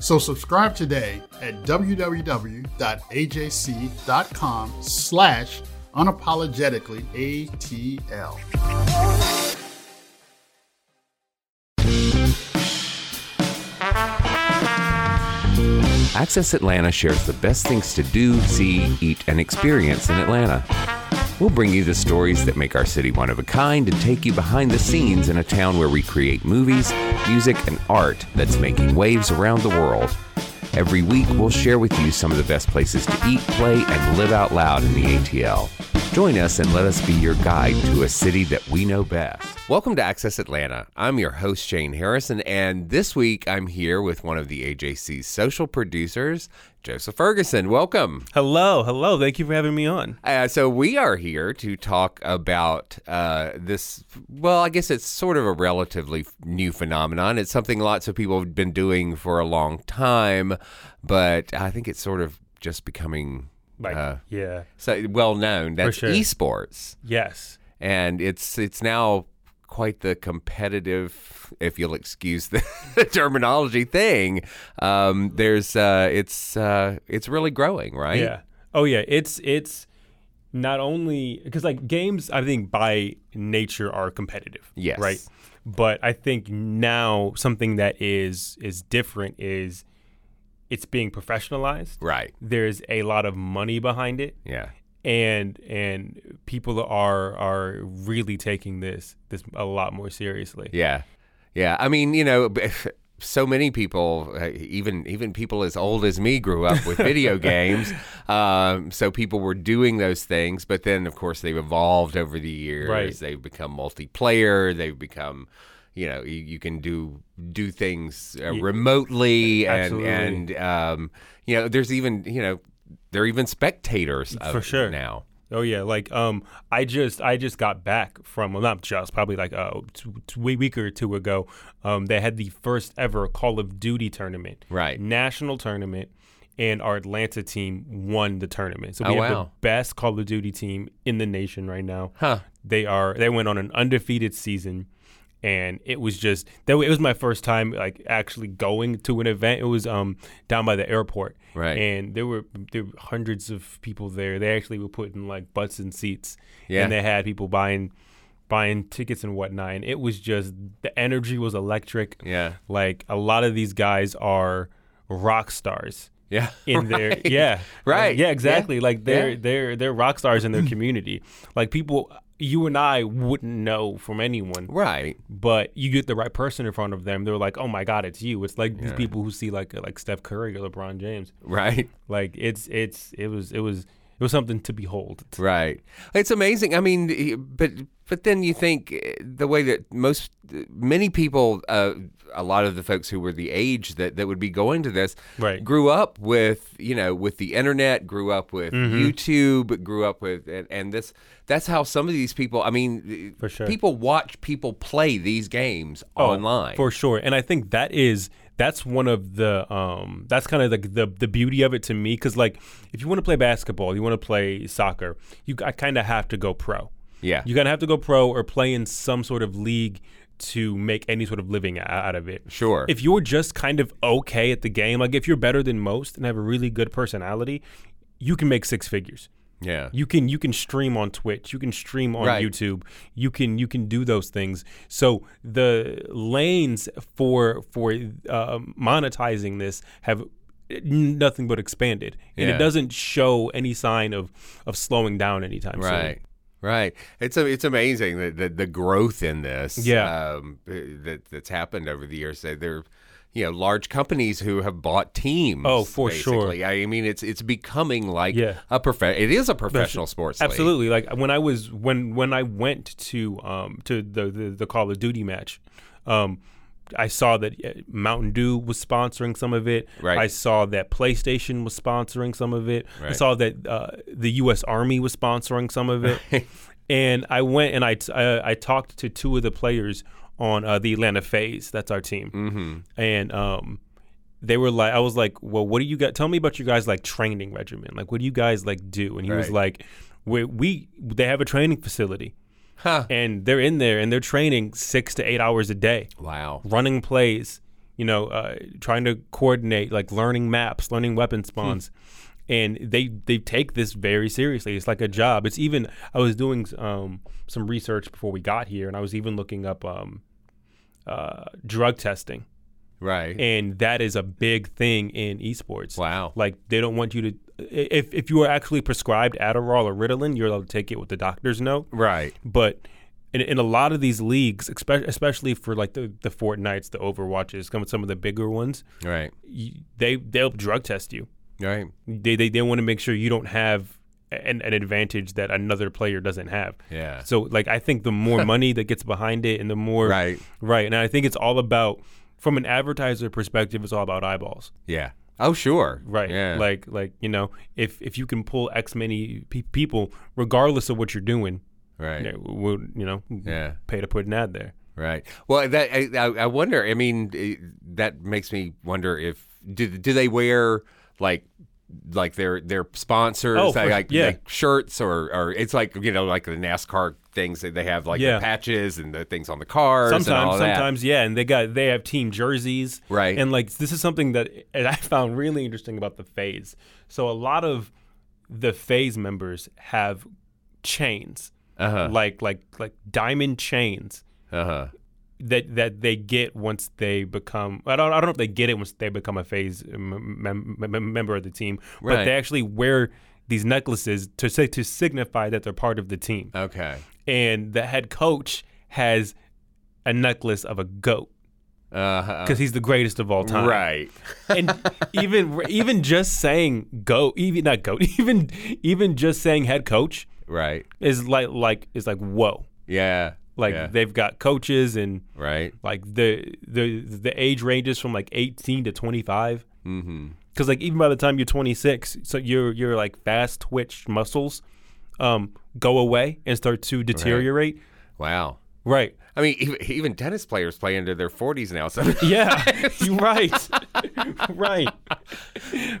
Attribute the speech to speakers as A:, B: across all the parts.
A: So subscribe today at www.ajc.com slash unapologetically ATL.
B: Access Atlanta shares the best things to do, see, eat, and experience in Atlanta. We'll bring you the stories that make our city one of a kind and take you behind the scenes in a town where we create movies, music, and art that's making waves around the world. Every week, we'll share with you some of the best places to eat, play, and live out loud in the ATL. Join us and let us be your guide to a city that we know best. Welcome to Access Atlanta. I'm your host, Shane Harrison, and this week I'm here with one of the AJC's social producers, Joseph Ferguson. Welcome.
C: Hello. Hello. Thank you for having me on.
B: Uh, so, we are here to talk about uh, this. Well, I guess it's sort of a relatively new phenomenon. It's something lots of people have been doing for a long time, but I think it's sort of just becoming
C: like
B: Uh-huh.
C: uh, yeah
B: so well known that's
C: sure.
B: esports
C: yes
B: and it's it's now quite the competitive if you'll excuse the terminology thing um, there's uh, it's uh, it's really growing right
C: yeah oh yeah it's it's not only because like games i think by nature are competitive
B: yes
C: right but i think now something that is is different is it's being professionalized.
B: Right.
C: There's a lot of money behind it.
B: Yeah.
C: And and people are are really taking this this a lot more seriously.
B: Yeah. Yeah. I mean, you know, so many people, uh, even even people as old as me, grew up with video games. Um, so people were doing those things, but then of course they've evolved over the years.
C: Right.
B: They've become multiplayer. They've become you know you, you, can do do things uh, remotely
C: Absolutely.
B: and and um, you know there's even you know there are even spectators
C: for sure
B: now
C: oh yeah like um i just i just got back from well not just probably like a week or two ago um they had the first ever call of duty tournament
B: right
C: national tournament and our Atlanta team won the tournament. So we
B: Oh,
C: have
B: wow.
C: the best Call of Duty team in the nation right now.
B: Huh.
C: They are they went on an undefeated season and it was just that it was my first time like actually going to an event. It was um down by the airport.
B: Right.
C: And there were there were hundreds of people there. They actually were putting like butts in seats.
B: Yeah.
C: And they had people buying buying tickets and whatnot. And it was just the energy was electric.
B: Yeah.
C: Like a lot of these guys are rock stars
B: yeah
C: in their yeah
B: Right.
C: yeah exactly
B: Yeah.
C: like they're
B: Yeah. Hmm.
C: they're they're rock stars in their community like people you and I wouldn't know from anyone
B: right
C: but you get the right person in front of them they're like oh my god it's you it's like these people who see like like Steph Curry or LeBron James
B: right
C: like it's it's it was it was it was something to behold
B: Right. It's amazing. I mean, but but then you think eh, the way that most many people, uh, a lot of the folks who were the age that, that would be going to this,
C: Right.
B: grew up with you know with the internet, grew up with
C: Mm-hmm.
B: YouTube, grew up with and, and this that's how some of these people. I mean, eh,
C: For sure. Oh,
B: people watch people play these games online.
C: for sure and i think that is that's one of the um that's kind of like the, the beauty of it to me because like if you want to play basketball you want to play soccer you i kind of have to go pro
B: Yeah.
C: you're gonna have to go pro or play in some sort of league to make any sort of living o- out of it
B: Sure.
C: if you're just kind of okay at the game like if you're better than most and have a really good personality you can make six figures
B: yeah.
C: you can you can stream on Twitch, you can stream on
B: Right.
C: YouTube, you can you can do those things. So the lanes for for uh, monetizing this have eh, nothing but expanded, and
B: Yeah.
C: it doesn't show any sign of of slowing down anytime soon.
B: Right. Right. It's a, it's amazing that the, the growth in this
C: Yeah.
B: um, uh, that that's happened over the years. That There are you know large companies who have bought teams.
C: Oh, for
B: basically. I mean, it's it's becoming like
C: Yeah.
B: a prof. It is a professional sports league.
C: Absolutely. Like when I was when when I went to um to the the, the Call of Duty match, um, I saw that uh, Mountain Dew was sponsoring some of it.
B: Right.
C: I saw that PlayStation was sponsoring some of it. I
B: Right.
C: saw that uh, the U.S. Army was sponsoring some of it. And I went and I t- I- I talked to two of the players on uh, the Atlanta Phase. That's our team. Mm-hmm. And um, they were like, I was like, well, what do you got? Tell me about your guys' like training regimen. Like, what do you guys like do? And he was
B: Right.
C: like, we, we they have a training facility,
B: Huh.
C: and they're in there and they're training six to eight hours a day,
B: Wow.
C: running plays, you know, uh, trying to coordinate, like learning maps, learning weapon spawns. And they, they take this very seriously. It's like a job. It's even I was doing um, some research before we got here, and I was even looking up um, uh, drug testing
B: Right.
C: and that is a big thing in esports.
B: Wow.
C: Like they don't want you to. If if you are actually prescribed Adderall or Ritalin, you're allowed to take it with the doctor's note.
B: right.
C: But in, in a lot of these leagues, espe- especially for like the the Fortnites, the Overwatches, some some of the bigger ones,
B: Right.
C: you, they they'll drug test you.
B: Right.
C: They they, they want to make sure you don't have an, an advantage that another player doesn't have.
B: Yeah.
C: So like I think the more money that gets behind it and the more
B: Right.
C: right and I think it's all about from an advertiser perspective it's all about eyeballs.
B: Yeah. Oh, sure.
C: Right.
B: Yeah.
C: Like like you know, if if you can pull X many pe- people regardless of what you're doing,
B: Right.
C: yeah, we'll, you know,
B: Yeah.
C: pay to put an ad there.
B: Right. Well, that I, I I wonder. I mean, it- that makes me wonder if do do they wear like like their their sponsors
C: Oh,
B: like,
C: for-
B: like,
C: yeah.
B: like shirts or or it's like you know like the NASCAR things that they have like
C: Yeah.
B: the patches and the things on the cars and all
C: Sometimes
B: that.
C: sometimes yeah, and they got they have team jerseys.
B: Right.
C: And like this is something that and I found really interesting about the phase. So a lot of the phase members have chains.
B: Uh-huh.
C: Like like like diamond chains.
B: Uh-huh.
C: that that they get once they become I don't I don't know if they get it once they become a phase mem- mem- mem- member of the team,
B: Right.
C: but they actually wear these necklaces to say to signify that they're part of the team.
B: Okay.
C: And the head coach has a necklace of a goat
B: Uh-huh.
C: because he's the greatest of all time.
B: Right.
C: and even even just saying goat, even not goat, even even just saying head coach
B: Right.
C: is like like is like whoa.
B: Yeah.
C: Like
B: Yeah.
C: they've got coaches and
B: right.
C: like the the the age ranges from like 18 to 25 mm-hmm. cuz like even by the time you're 26 so your your like fast twitch muscles um go away and start to deteriorate
B: Wow.
C: right,
B: I mean, even, even tennis players play into their 40s now. So
C: yeah you're right right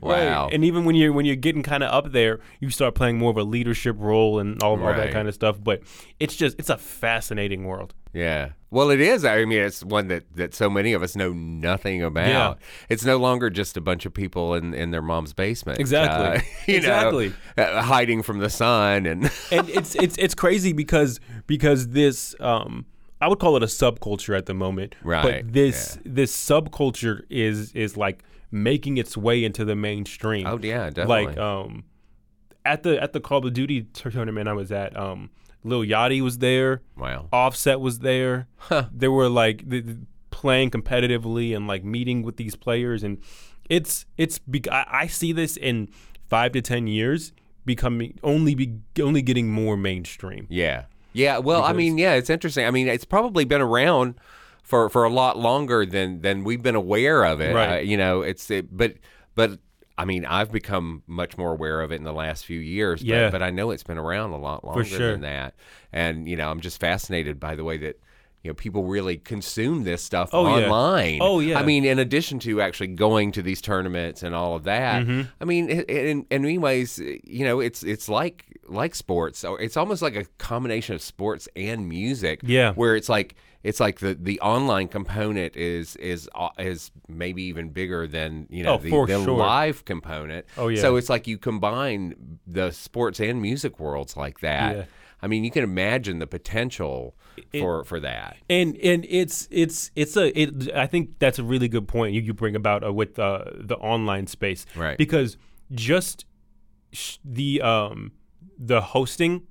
B: wow.
C: right and even when you're when you're getting kind of up there you start playing more of a leadership role and all, all
B: Right.
C: that kind of stuff but it's just it's a fascinating world
B: Yeah. Well, it is. I mean, it's one that, that so many of us know nothing about.
C: Yeah.
B: It's no longer just a bunch of people in, in their mom's basement. Uh,
C: Exactly.
B: you
C: Exactly.
B: Know, uh, hiding from the sun. And
C: and it's it's it's crazy because because this um I would call it a subculture at the moment,
B: Right,
C: But this this subculture is is like making its way into the mainstream.
B: Oh, yeah, definitely.
C: Like um, at the at the Call of Duty tournament I was at, um, Lil Yachty was there.
B: Wow.
C: Offset was there. They were like th- th- playing competitively and like meeting with these players, and it's it's bec- I, I see this in five to ten years becoming only be only getting more mainstream.
B: yeah. Yeah. Well, I mean, yeah, it's interesting. I mean, it's probably been around for, for a lot longer than, than we've been aware of it.
C: Right.
B: Uh, you know, it's, it, but, but, I mean, I've become much more aware of it in the last few years. but-
C: Yeah.
B: But, I know it's been around a lot longer
C: sure.
B: than that. And you know, I'm just fascinated by the way that you know people really consume this stuff
C: Oh, yeah.
B: online.
C: Oh, yeah.
B: I mean, in addition to actually going to these tournaments and all of that.
C: Mm-hmm.
B: I mean, i- in in many ways, you know, it's it's like like sports, or it's almost like a combination of sports and music.
C: Yeah.
B: Where it's like. It's like the, the online component is is uh, is maybe even bigger than you know
C: Oh,
B: the,
C: for
B: the
C: sure.
B: live component.
C: Oh, yeah.
B: So it's like you combine the sports and music worlds like that.
C: Yeah.
B: I mean, you can imagine the potential for for that.
C: And and it's it's it's a it, I think that's a really good point you, you bring about uh, with uh, the online space,
B: Right.
C: Because just sh- the um the hosting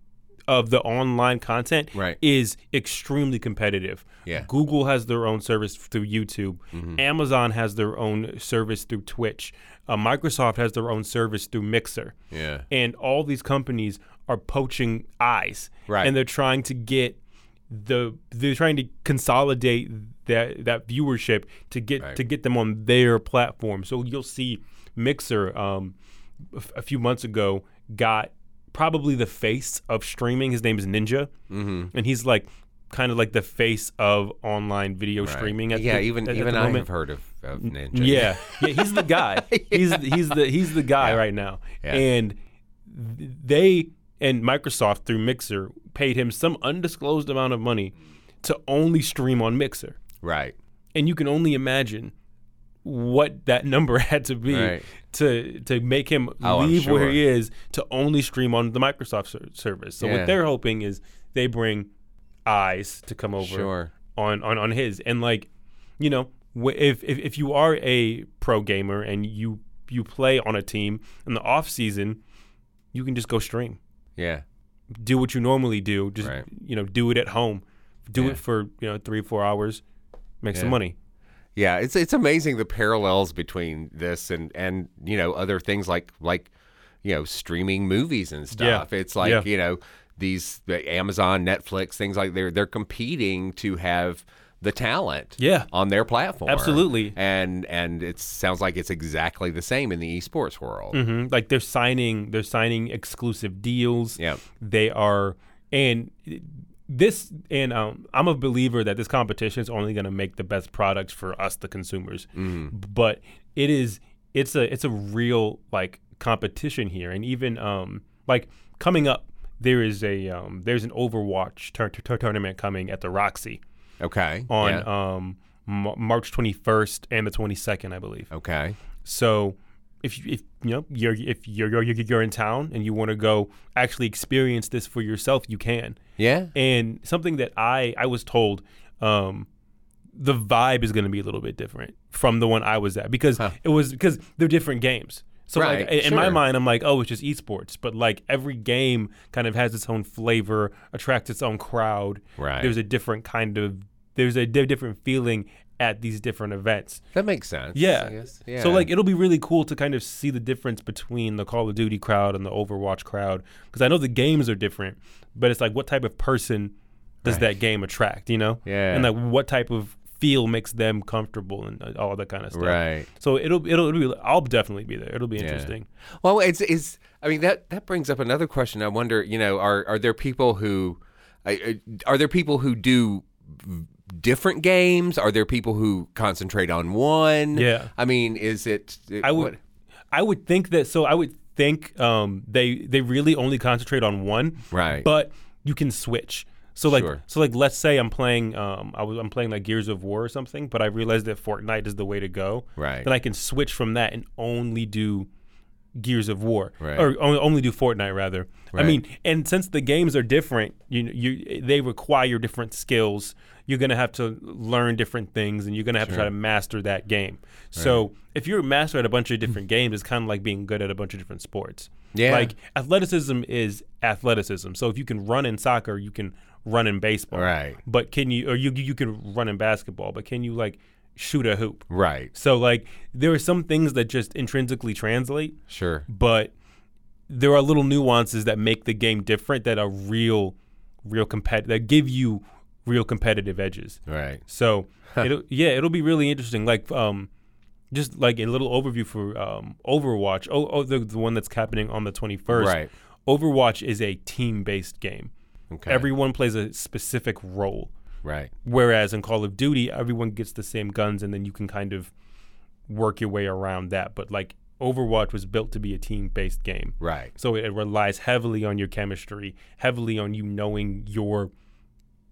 C: of the online content
B: Right.
C: is extremely competitive.
B: Yeah. Mm-hmm.
C: Google has their own service through YouTube. Amazon has their own service through Twitch. Uh, Microsoft has their own service through Mixer.
B: Yeah.
C: And all these companies are poaching eyes.
B: Right.
C: And they're trying to get the they're trying to consolidate that that viewership to get
B: Right.
C: to get them on their platform. So you'll see Mixer um, a f- a few months ago got probably the face of streaming. His name is Ninja, mm-hmm. and he's like kind of like the face of online video
B: Right.
C: streaming. At
B: yeah,
C: the-
B: even
C: at- at
B: even
C: the
B: I
C: moment.
B: have
C: Mm,
B: heard of, of Ninja.
C: Yeah, yeah, he's the guy. He's he's the he's the guy right now.
B: Yeah.
C: And th- they and Microsoft through Mixer paid him some undisclosed amount of money to only stream on Mixer,
B: right.
C: and you can only imagine what that number had to be
B: Right.
C: to to make him
B: Oh, I'm
C: leave where he
B: sure.
C: is to only stream on the Microsoft ser- service. So
B: Yeah.
C: what they're hoping is they bring eyes to come over
B: Sure.
C: on on on his and like you know wh- if if, if you are a pro gamer and you you play on a team in the off season you can just go stream
B: Yeah.
C: do what you normally do just
B: Right.
C: you know do it at home do
B: Yeah.
C: it for you know 3 4 hours make
B: Yeah.
C: some money
B: Yeah, it's it's amazing the parallels between this and and you know other things like like you know streaming movies and stuff. It's like
C: Yeah.
B: you know these the Amazon, Netflix, things like they're they're competing to have the talent
C: Yeah.
B: on their platform.
C: Absolutely.
B: And and it sounds like it's exactly the same in the esports world.
C: hmm Like they're signing, they're signing exclusive deals.
B: Yep.
C: they are, and this, and um, I'm a believer that this competition is only going to make the best products for us, the consumers. But it is, it's a, it's a real like competition here, and even um, like coming up, there is a, um, there's an Overwatch tur- tur- tournament coming at the Roxy
B: Okay.
C: on
B: Yeah.
C: um, M- March 21st and the 22nd, I believe.
B: okay.
C: So if you- if you know you're if you're you're, you're you're in town and you want to go actually experience this for yourself, you can.
B: Yeah.
C: And something that I I was told um the vibe is going to be a little bit different from the one I was at because it was because they're different games. So
B: Right,
C: like in in my
B: sure.
C: mind I'm like, oh, it's just esports, but like every game kind of has its own flavor, attracts its own crowd.
B: Right.
C: There's a different kind of there's a di- different feeling at these different events.
B: That makes sense. I
C: Yeah.
B: guess. yeah.
C: So like it'll be really cool to kind of see the difference between the Call of Duty crowd and the Overwatch crowd because I know the games are different, but it's like what type of person does that game attract, you know?
B: Yeah.
C: And like what type of feel makes them comfortable and uh, all that kind of stuff.
B: Right.
C: So it'll it'll, it'll be I'll definitely be there. It'll be interesting.
B: Well, it's is I mean that that brings up another question. I wonder, you know, are are there people who I- I- are there people who do different games? Are there people who concentrate on one?
C: Yeah.
B: I mean, is it? it-
C: I would
B: what-
C: I would think that so I would think um they they really only concentrate on one.
B: Right.
C: But you can switch. So like
B: Sure.
C: so like let's say I'm playing um I was I'm playing like Gears of War or something, but I realized that Fortnite is the way to go.
B: Right.
C: Then I can switch from that and only do Gears of War
B: Right.
C: or only, only do Fortnite rather.
B: Right.
C: I mean, and since the games are different, you you they require different skills. You're gonna have to learn different things, and you're gonna have to try to master that game. So if you're a master at a bunch of different games, it's kind of like being good at a bunch of different sports.
B: Yeah.
C: Like athleticism is athleticism. So if you can run in soccer, you can run in baseball.
B: Right.
C: But can you or you you can run in basketball, but can you like shoot a hoop?
B: right.
C: So like there are some things that just intrinsically translate,
B: Sure.
C: but there are little nuances that make the game different that are real, real compet that give you real competitive edges.
B: Right.
C: So it'll yeah, it'll be really interesting. Like um, just like a little overview for um Overwatch. Oh, oh the, the one that's happening on the twenty first.
B: Right.
C: Overwatch is a team based game.
B: Okay.
C: Everyone plays a specific role.
B: Right.
C: Whereas in Call of Duty, everyone gets the same guns, and then you can kind of work your way around that. But like Overwatch was built to be a team-based game,
B: Right.
C: so it, it relies heavily on your chemistry, heavily on you knowing your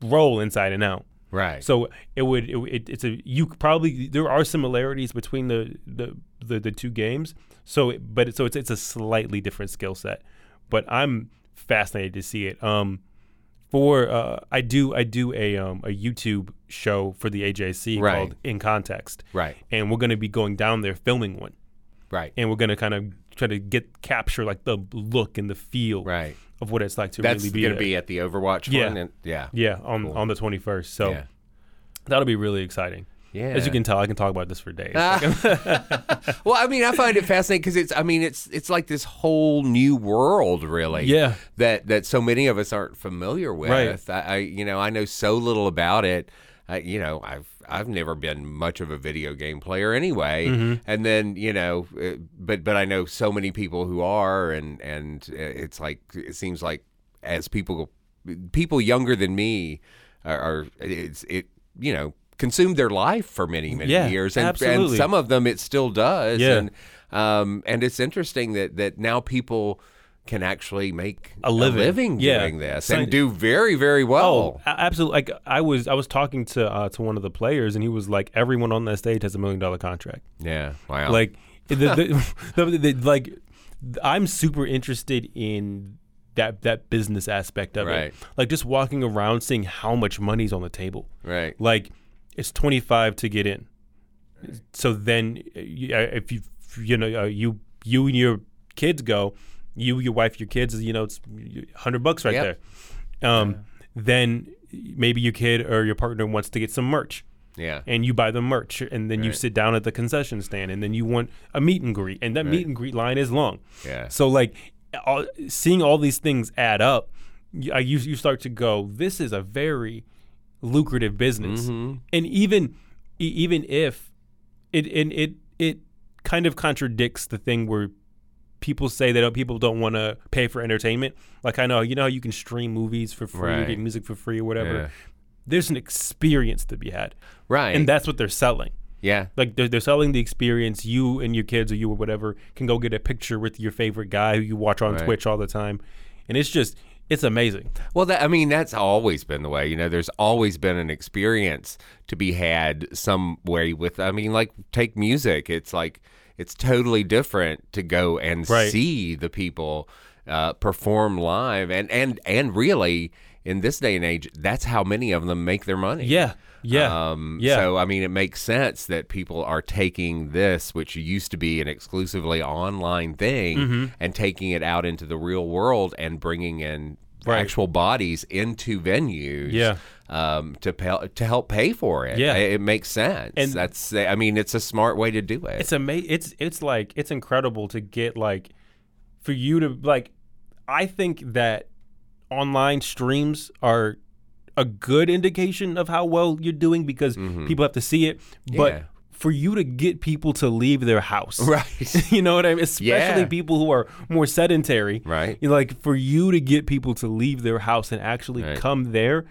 C: role inside and out.
B: Right.
C: So it would it, it, it's a you could probably there are similarities between the the the, the two games. So it, but it, so it's it's a slightly different skill set. But I'm fascinated to see it. Um for uh I do I do a um a YouTube show for the AJC
B: Right.
C: called In Context.
B: Right.
C: And we're going to be going down there filming one
B: right.
C: and we're going to kind of try to get capture like the look and the feel
B: Right.
C: of what it's like to
B: That's
C: really be
B: going
C: there.
B: to be at the Overwatch
C: Yeah.
B: one. And, yeah.
C: yeah on on the 21st. So
B: Yeah.
C: that'll be really exciting. As
B: Yeah. Ah,
C: you can tell, I can talk about this for days.
B: Well, I mean, I find it fascinating because it's, I mean, it's it's like this whole new world, really.
C: Yeah.
B: That that so many of us aren't familiar with.
C: Right.
B: I, I you know, I know so little about it. I, you know, I've I've never been much of a video game player anyway,
C: Mm-hmm.
B: and then you know, uh, but but I know so many people who are, and and uh, it's like it seems like as people people younger than me are, are it's it you know consumed their life for many many
C: Yeah,
B: years, and and
C: absolutely.
B: some of them it still does.
C: Yeah.
B: And um, and it's interesting that that now people can actually make
C: A living. Yeah. Oh.
B: doing this
C: So-
B: and do very very well.
C: a- absolutely! Like I was, I was talking to uh, to one of the players, and he was like, "Everyone on that stage has a million dollar contract."
B: Yeah. Wow.
C: Like, the, the, the, the, like, th- I'm super interested in that that business aspect of
B: Right.
C: it. Like just walking around, seeing how much money's on the table.
B: right.
C: Like, it's 25 to get in. So then, uh, you- uh, if you you know uh, you you and your kids go, you your wife your kids, you know, it's hundred bucks right
B: Yep.
C: there. Um, Then maybe your kid or your partner wants to get some merch
B: Yeah.
C: and you buy the merch and then you sit down at the concession stand and then you want a meet and greet and that meet and greet line is long
B: Yeah.
C: so like all, seeing all these things add up you, I- you, you start to go this is a very lucrative business
B: Mm-hmm.
C: and even e- even if it and it it kind of contradicts the thing where people say that oh, people don't want to pay for entertainment like i know you know how you can stream movies for free
B: Right.
C: get music for free or whatever
B: Yeah.
C: there's an experience to be had
B: Right.
C: and that's what they're selling.
B: yeah.
C: Like they're, they're selling the experience. You and your kids, or you or whatever, can go get a picture with your favorite guy who you watch on
B: Right.
C: Twitch all the time, and it's just it's amazing.
B: Well, that, I mean, that's always been the way. You know, there's always been an experience to be had some way with. I mean, like take music. It's like it's totally different to go and
C: Right.
B: see the people uh, perform live, and and and really in this day and age, that's how many of them make their money.
C: Yeah, yeah,
B: Um,
C: yeah.
B: So I mean, it makes sense that people are taking this, which used to be an exclusively online thing,
C: Mm-hmm.
B: and taking it out into the real world and bringing in
C: Right.
B: actual bodies into venues.
C: Yeah.
B: Um, to pay, to help pay for it.
C: Yeah.
B: It, it makes sense.
C: And-
B: that's I mean, it's a smart way to do it.
C: it's amazing. It's it's like it's incredible to get like for you to like. I think that online streams are a good indication of how well you're doing because people have to see it, but.
B: Mm-hmm. Yeah.
C: For you to get people to leave their house,
B: Right.
C: you know what I mean? Especially
B: Yeah.
C: people who are more sedentary.
B: Right.
C: You know, Like for you to get people to leave their house and actually
B: Right.
C: come there,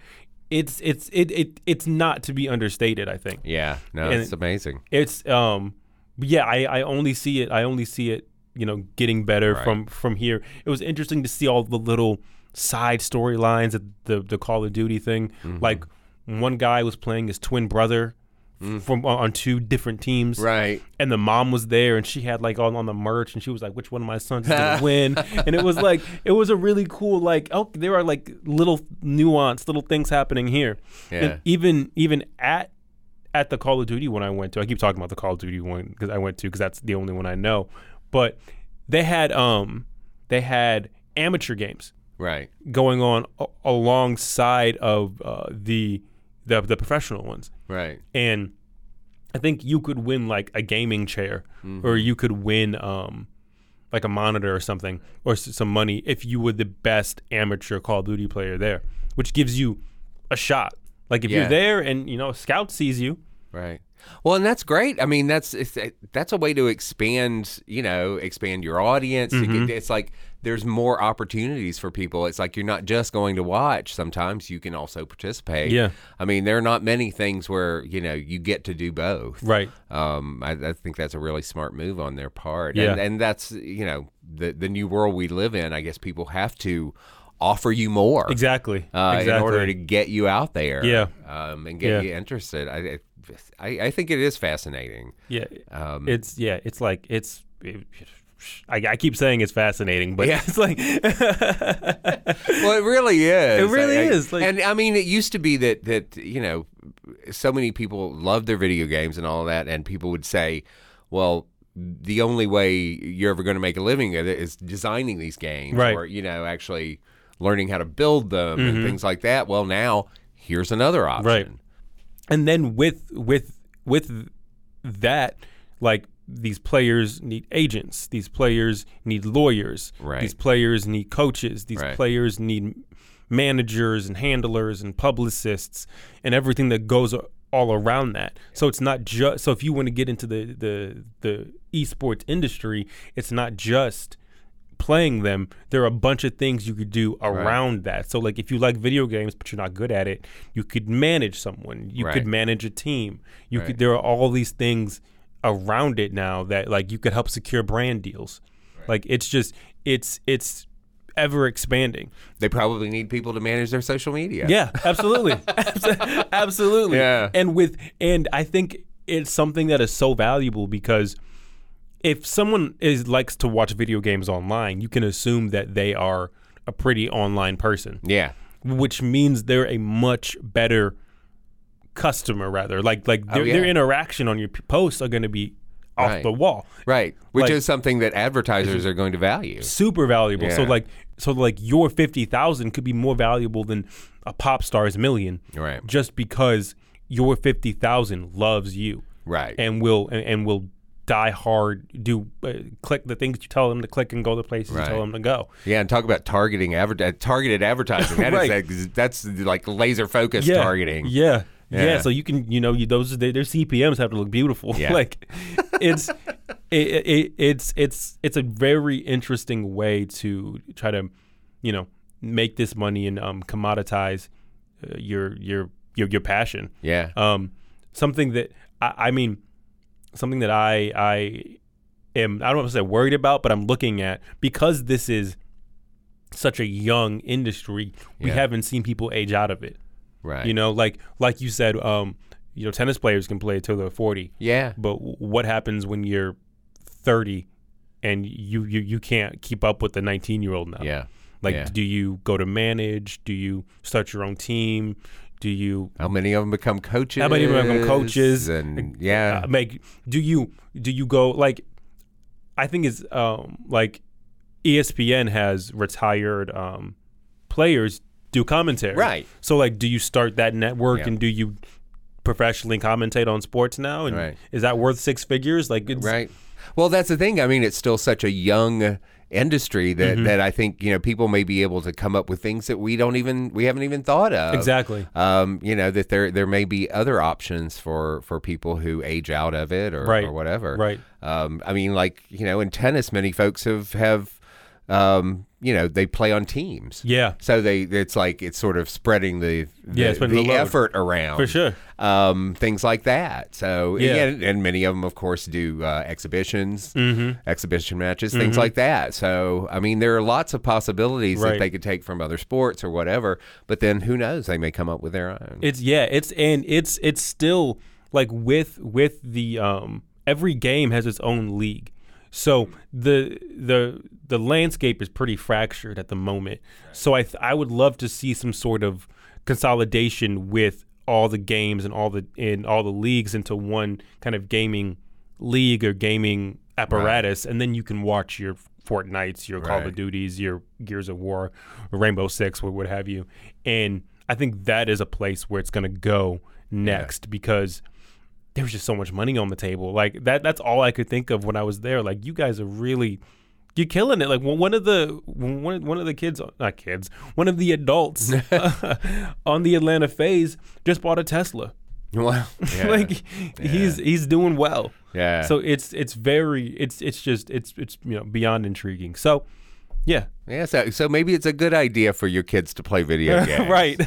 C: it's it's it, it it's not to be understated, I think.
B: yeah. No,
C: And-
B: it's amazing.
C: It's um but yeah, I, I only see it I only see it, you know, getting better from from here. It was interesting to see all the little side storylines at the the Call of Duty thing. Like one guy was playing his twin brother from on- on two different teams
B: Right.
C: and the mom was there and she had like all on the merch and she was like which one of my sons is gonna win and it was like it was a really cool like oh there are like little nuanced little things happening here
B: Yeah.
C: and even even at at the call of duty one i went to i keep talking about the call of duty one because i went to because that's the only one i know but they had um they had amateur games
B: Right.
C: going on a- alongside of uh, the, the the professional ones
B: Right.
C: and I think you could win like a gaming chair,
B: Mm-hmm.
C: or you could win um, like a monitor or something, or s- some money if you were the best amateur Call of Duty player there, which gives you a shot. Like if
B: Yeah.
C: you're there and you know a scout sees you,
B: Right. Well, and that's great. I mean, that's it's, that's a way to expand, you know, expand your audience. You
C: Mm-hmm.
B: get- it's like there's more opportunities for people. It's like you're not just going to watch. Sometimes you can also participate.
C: Yeah.
B: I mean, there are not many things where you know you get to do both.
C: right?
B: Um, I, I think that's a really smart move on their part.
C: Yeah.
B: And, and that's you know the the new world we live in. I guess people have to offer you more
C: Exactly.
B: uh,
C: exactly.
B: in order to get you out there,
C: Yeah.
B: um, and get
C: Yeah.
B: you interested. I, it- I, I think it is fascinating.
C: yeah,
B: Um,
C: it's yeah, it's like it's. It, I, I keep saying it's fascinating, but
B: Yeah.
C: it's like
B: well, it really is.
C: It really
B: I- I-
C: is, like-
B: and I mean, it used to be that that you know, so many people loved their video games and all that, and people would say, "Well, the only way you're ever going to make a living at it is designing these games
C: Right. Mm-hmm.
B: or you know actually learning how to build them and things like that well now here's another option
C: Right. and then with with with that like these players need agents these players need lawyers
B: Right.
C: these players need coaches these
B: Right.
C: players need managers and handlers and publicists and everything that goes a- all around that so it's not just so if you want to get into the the the esports industry it's not just playing them, there are a bunch of things you could do around that. So, like, if you like video games but you're not good at it, you could manage someone. You
B: Right.
C: could manage a team. You
B: Right.
C: could. There are all these things around it now that like you could help secure brand deals. Like it's just it's it's ever expanding.
B: they probably need people to manage their social media
C: Yeah, absolutely. Abso- absolutely.
B: Yeah.
C: And with and I think it's something that is so valuable because if someone is likes to watch video games online, you can assume that they are a pretty online person,
B: yeah
C: which means they're a much better customer rather. Like like their, their
B: Oh, yeah.
C: interaction on your p- posts are going to be off
B: Right.
C: the wall.
B: right which
C: Like-
B: is something that advertisers are going to value
C: super valuable. So
B: Yeah.
C: like so like your fifty thousand could be more valuable than a pop star's million,
B: Right.
C: Just because your fifty thousand loves you,
B: Right.
C: And will and, and will die hard, do uh, click the things you tell them to click and go the places you
B: Right.
C: tell them to go.
B: yeah and talk about targeting adver- uh, targeted advertising that is
C: Right.
B: ex- that's like laser focused targeting
C: Yeah. Yeah.
B: Yeah.
C: so you can, you know, you, those their, their CPMS have to look beautiful.
B: Yeah.
C: like it's it, it, it's it's it's a very interesting way to try to, you know, make this money and um, commoditize uh, your your your your passion.
B: yeah
C: Um, something that I, I mean, something that I I am I don't want to say worried about, but I'm looking at because this is such a young industry. We
B: Yeah.
C: haven't seen people age out of it.
B: right
C: You know, like like you said, um, you know, tennis players can play till they're forty.
B: yeah
C: But w- what happens when you're thirty and you you, you can't keep up with the nineteen year old now?
B: yeah
C: uh, Like,
B: yeah.
C: do you go to manage? Do you start your own team? Do you
B: how many of them become coaches
C: how many of them become coaches?
B: and yeah
C: uh, like, do you do you go like? I think it's um like E ESPN has retired um players do commentary.
B: Right.
C: So like, do you start that network
B: Yeah.
C: and do you professionally commentate on sports now? And
B: Right.
C: is that worth six figures? Like, it's,
B: Right. Well, that's the thing. I mean, it's still such a young industry that,
C: Mm-hmm.
B: that I think, you know, people may be able to come up with things that we don't even we haven't even thought of.
C: Exactly.
B: Um, you know, that there there may be other options for for people who age out of it or,
C: Right.
B: or whatever.
C: Right.
B: Um, I mean, like, you know, in tennis many folks have have um, you know, they play on teams.
C: Yeah.
B: So they it's like it's sort of spreading the the,
C: Yeah, spreading the load.
B: effort around
C: For sure.
B: um, things like that. So
C: Yeah.
B: yeah, and, and many of them, of course, do uh, exhibitions,
C: Mm-hmm.
B: exhibition matches, things like that. So I mean, there are lots of possibilities that
C: Right.
B: they could take from other sports or whatever. But then who knows? They may come up with their own.
C: It's yeah, it's and it's it's still like with with the um every game has its own league. So the the the landscape is pretty fractured at the moment. So I th- I would love to see some sort of consolidation with all the games and all the in all the leagues into one kind of gaming league or gaming apparatus and then you can watch your Fortnites, your Call
B: Right.
C: of Duties, your Gears of War, Rainbow Six, what what have you. And I think that is a place where it's going to go next because there was just so much money on the table. Like that that's all I could think of when I was there. Like you guys are really you're killing it. Like one- one of the one one of the kids, not kids, one of the adults on the Atlanta phase just bought a Tesla.
B: well, yeah.
C: like he's he's doing well.
B: Yeah.
C: So it's it's very it's it's just it's it's you know beyond intriguing. So yeah,
B: yeah. So so maybe it's a good idea for your kids to play video games.
C: right.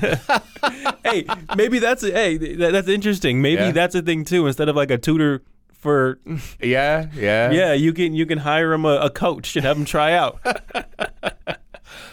C: hey, maybe that's a, hey that, that's interesting. Maybe
B: Yeah.
C: that's a thing too. Instead of like a tutor for
B: Yeah. Yeah.
C: yeah, you can you can hire him a, a coach and have him try out.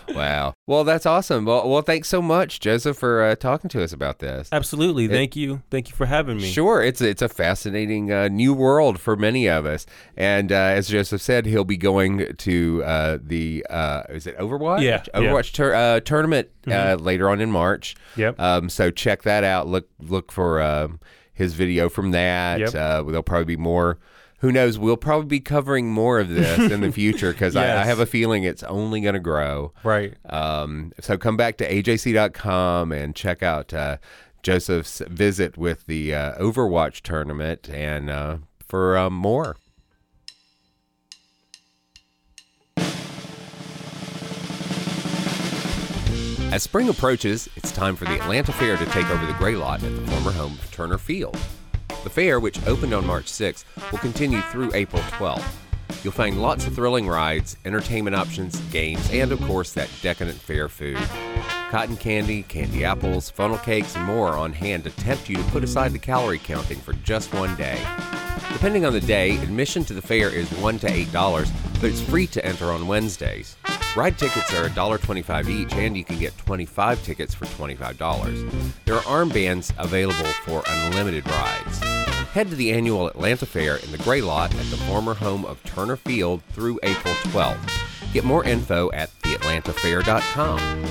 B: Wow. Well, that's awesome. Well, well, thanks so much, Joseph, for uh, talking to us about this.
C: Absolutely. Thank you. Thank you for having me.
B: Sure, it's it's a fascinating uh, new world for many of us. And uh, as Joseph said, he'll be going to uh, the uh, is it Overwatch?
C: Yeah, yeah.
B: Overwatch Tur- uh, tournament uh, later on in March.
C: Yep.
B: Um, so check that out. Look look for um, his video from that.
C: Yep.
B: Uh, there'll probably be more. who knows? We'll probably be covering more of this in the future because I, I
C: Yes.
B: have a feeling it's only going to grow.
C: Right.
B: Um, so come back to ajc.com and check out uh, Joseph's visit with the uh, Overwatch tournament and uh, for uh, more. As spring approaches, it's time for the Atlanta Fair to take over the gray lot at the former home of Turner Field. The fair, which opened on March 6th, will continue through April 12th. You'll find lots of thrilling rides, entertainment options, games, and of course that decadent fair food. Cotton candy, candy apples, funnel cakes, and more on hand to tempt you to put aside the calorie counting for just one day. Depending on the day, admission to the fair is $1 to $8, but it's free to enter on Wednesdays. Ride tickets are $1.25 each, and you can get 25 tickets for $25. There are armbands available for unlimited rides. Head to the annual Atlanta Fair in the Gray Lot at the former home of Turner Field through April 12th. Get more info at theatlantafair.com.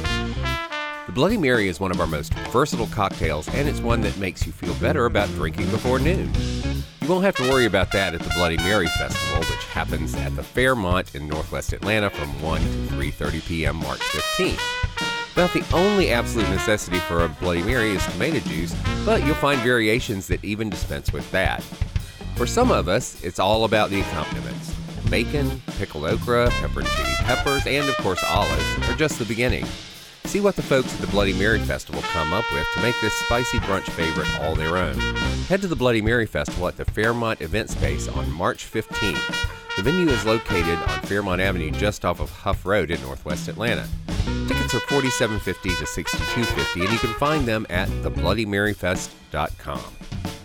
B: The Bloody Mary is one of our most versatile cocktails, and it's one that makes you feel better about drinking before noon. You won't have to worry about that at the Bloody Mary Festival, which happens at the Fairmont in Northwest Atlanta from 1 to 3:30 p.m. March 15th. About the only absolute necessity for a Bloody Mary is tomato juice, but you'll find variations that even dispense with that. For some of us, it's all about the accompaniments. Bacon, pickled okra, pepperoncini peppers, and of course olives are just the beginning. See what the folks at the Bloody Mary Festival come up with to make this spicy brunch favorite all their own. Head to the Bloody Mary Festival at the Fairmont Event Space on March 15th. The venue is located on Fairmont Avenue just off of Huff Road in northwest Atlanta. Tickets are $47.50 to $62.50, and you can find them at thebloodymaryfest.com.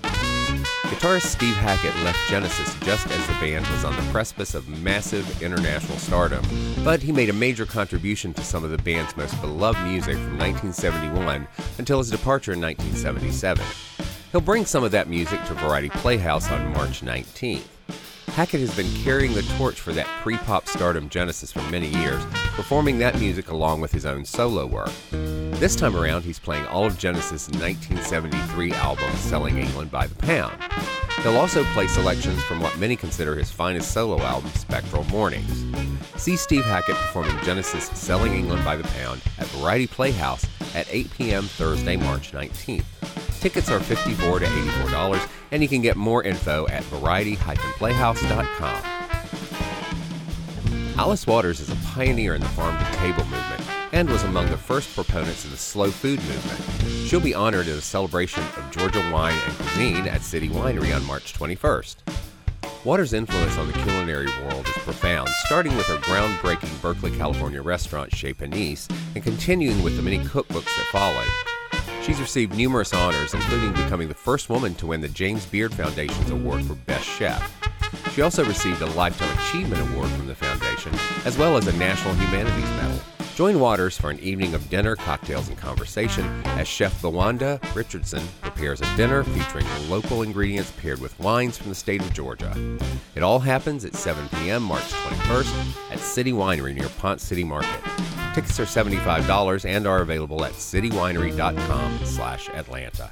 B: Guitarist Steve Hackett left Genesis just as the band was on the precipice of massive international stardom, but he made a major contribution to some of the band's most beloved music from 1971 until his departure in 1977. He'll bring some of that music to Variety Playhouse on March 19th. Hackett has been carrying the torch for that pre pop stardom Genesis for many years, performing that music along with his own solo work. This time around, he's playing all of Genesis' 1973 album, Selling England by the Pound. He'll also play selections from what many consider his finest solo album, Spectral Mornings. See Steve Hackett performing Genesis' Selling England by the Pound at Variety Playhouse at 8 p.m. Thursday, March 19th. Tickets are $54 to $84, and you can get more info at variety-playhouse.com. Alice Waters is a pioneer in the farm to table movement and was among the first proponents of the slow food movement. She'll be honored at a celebration of Georgia wine and cuisine at City Winery on March 21st. Waters' influence on the culinary world is profound, starting with her groundbreaking Berkeley, California restaurant Chez Panisse and continuing with the many cookbooks that followed. She's received numerous honors, including becoming the first woman to win the James Beard Foundation's award for Best Chef. She also received a Lifetime Achievement Award from the foundation, as well as a National Humanities Medal. Join Waters for an evening of dinner, cocktails, and conversation as Chef Lawanda Richardson prepares a dinner featuring local ingredients paired with wines from the state of Georgia. It all happens at 7 p.m. March 21st at City Winery near Pont City Market. Tickets are $75 and are available at citywinery.com slash Atlanta.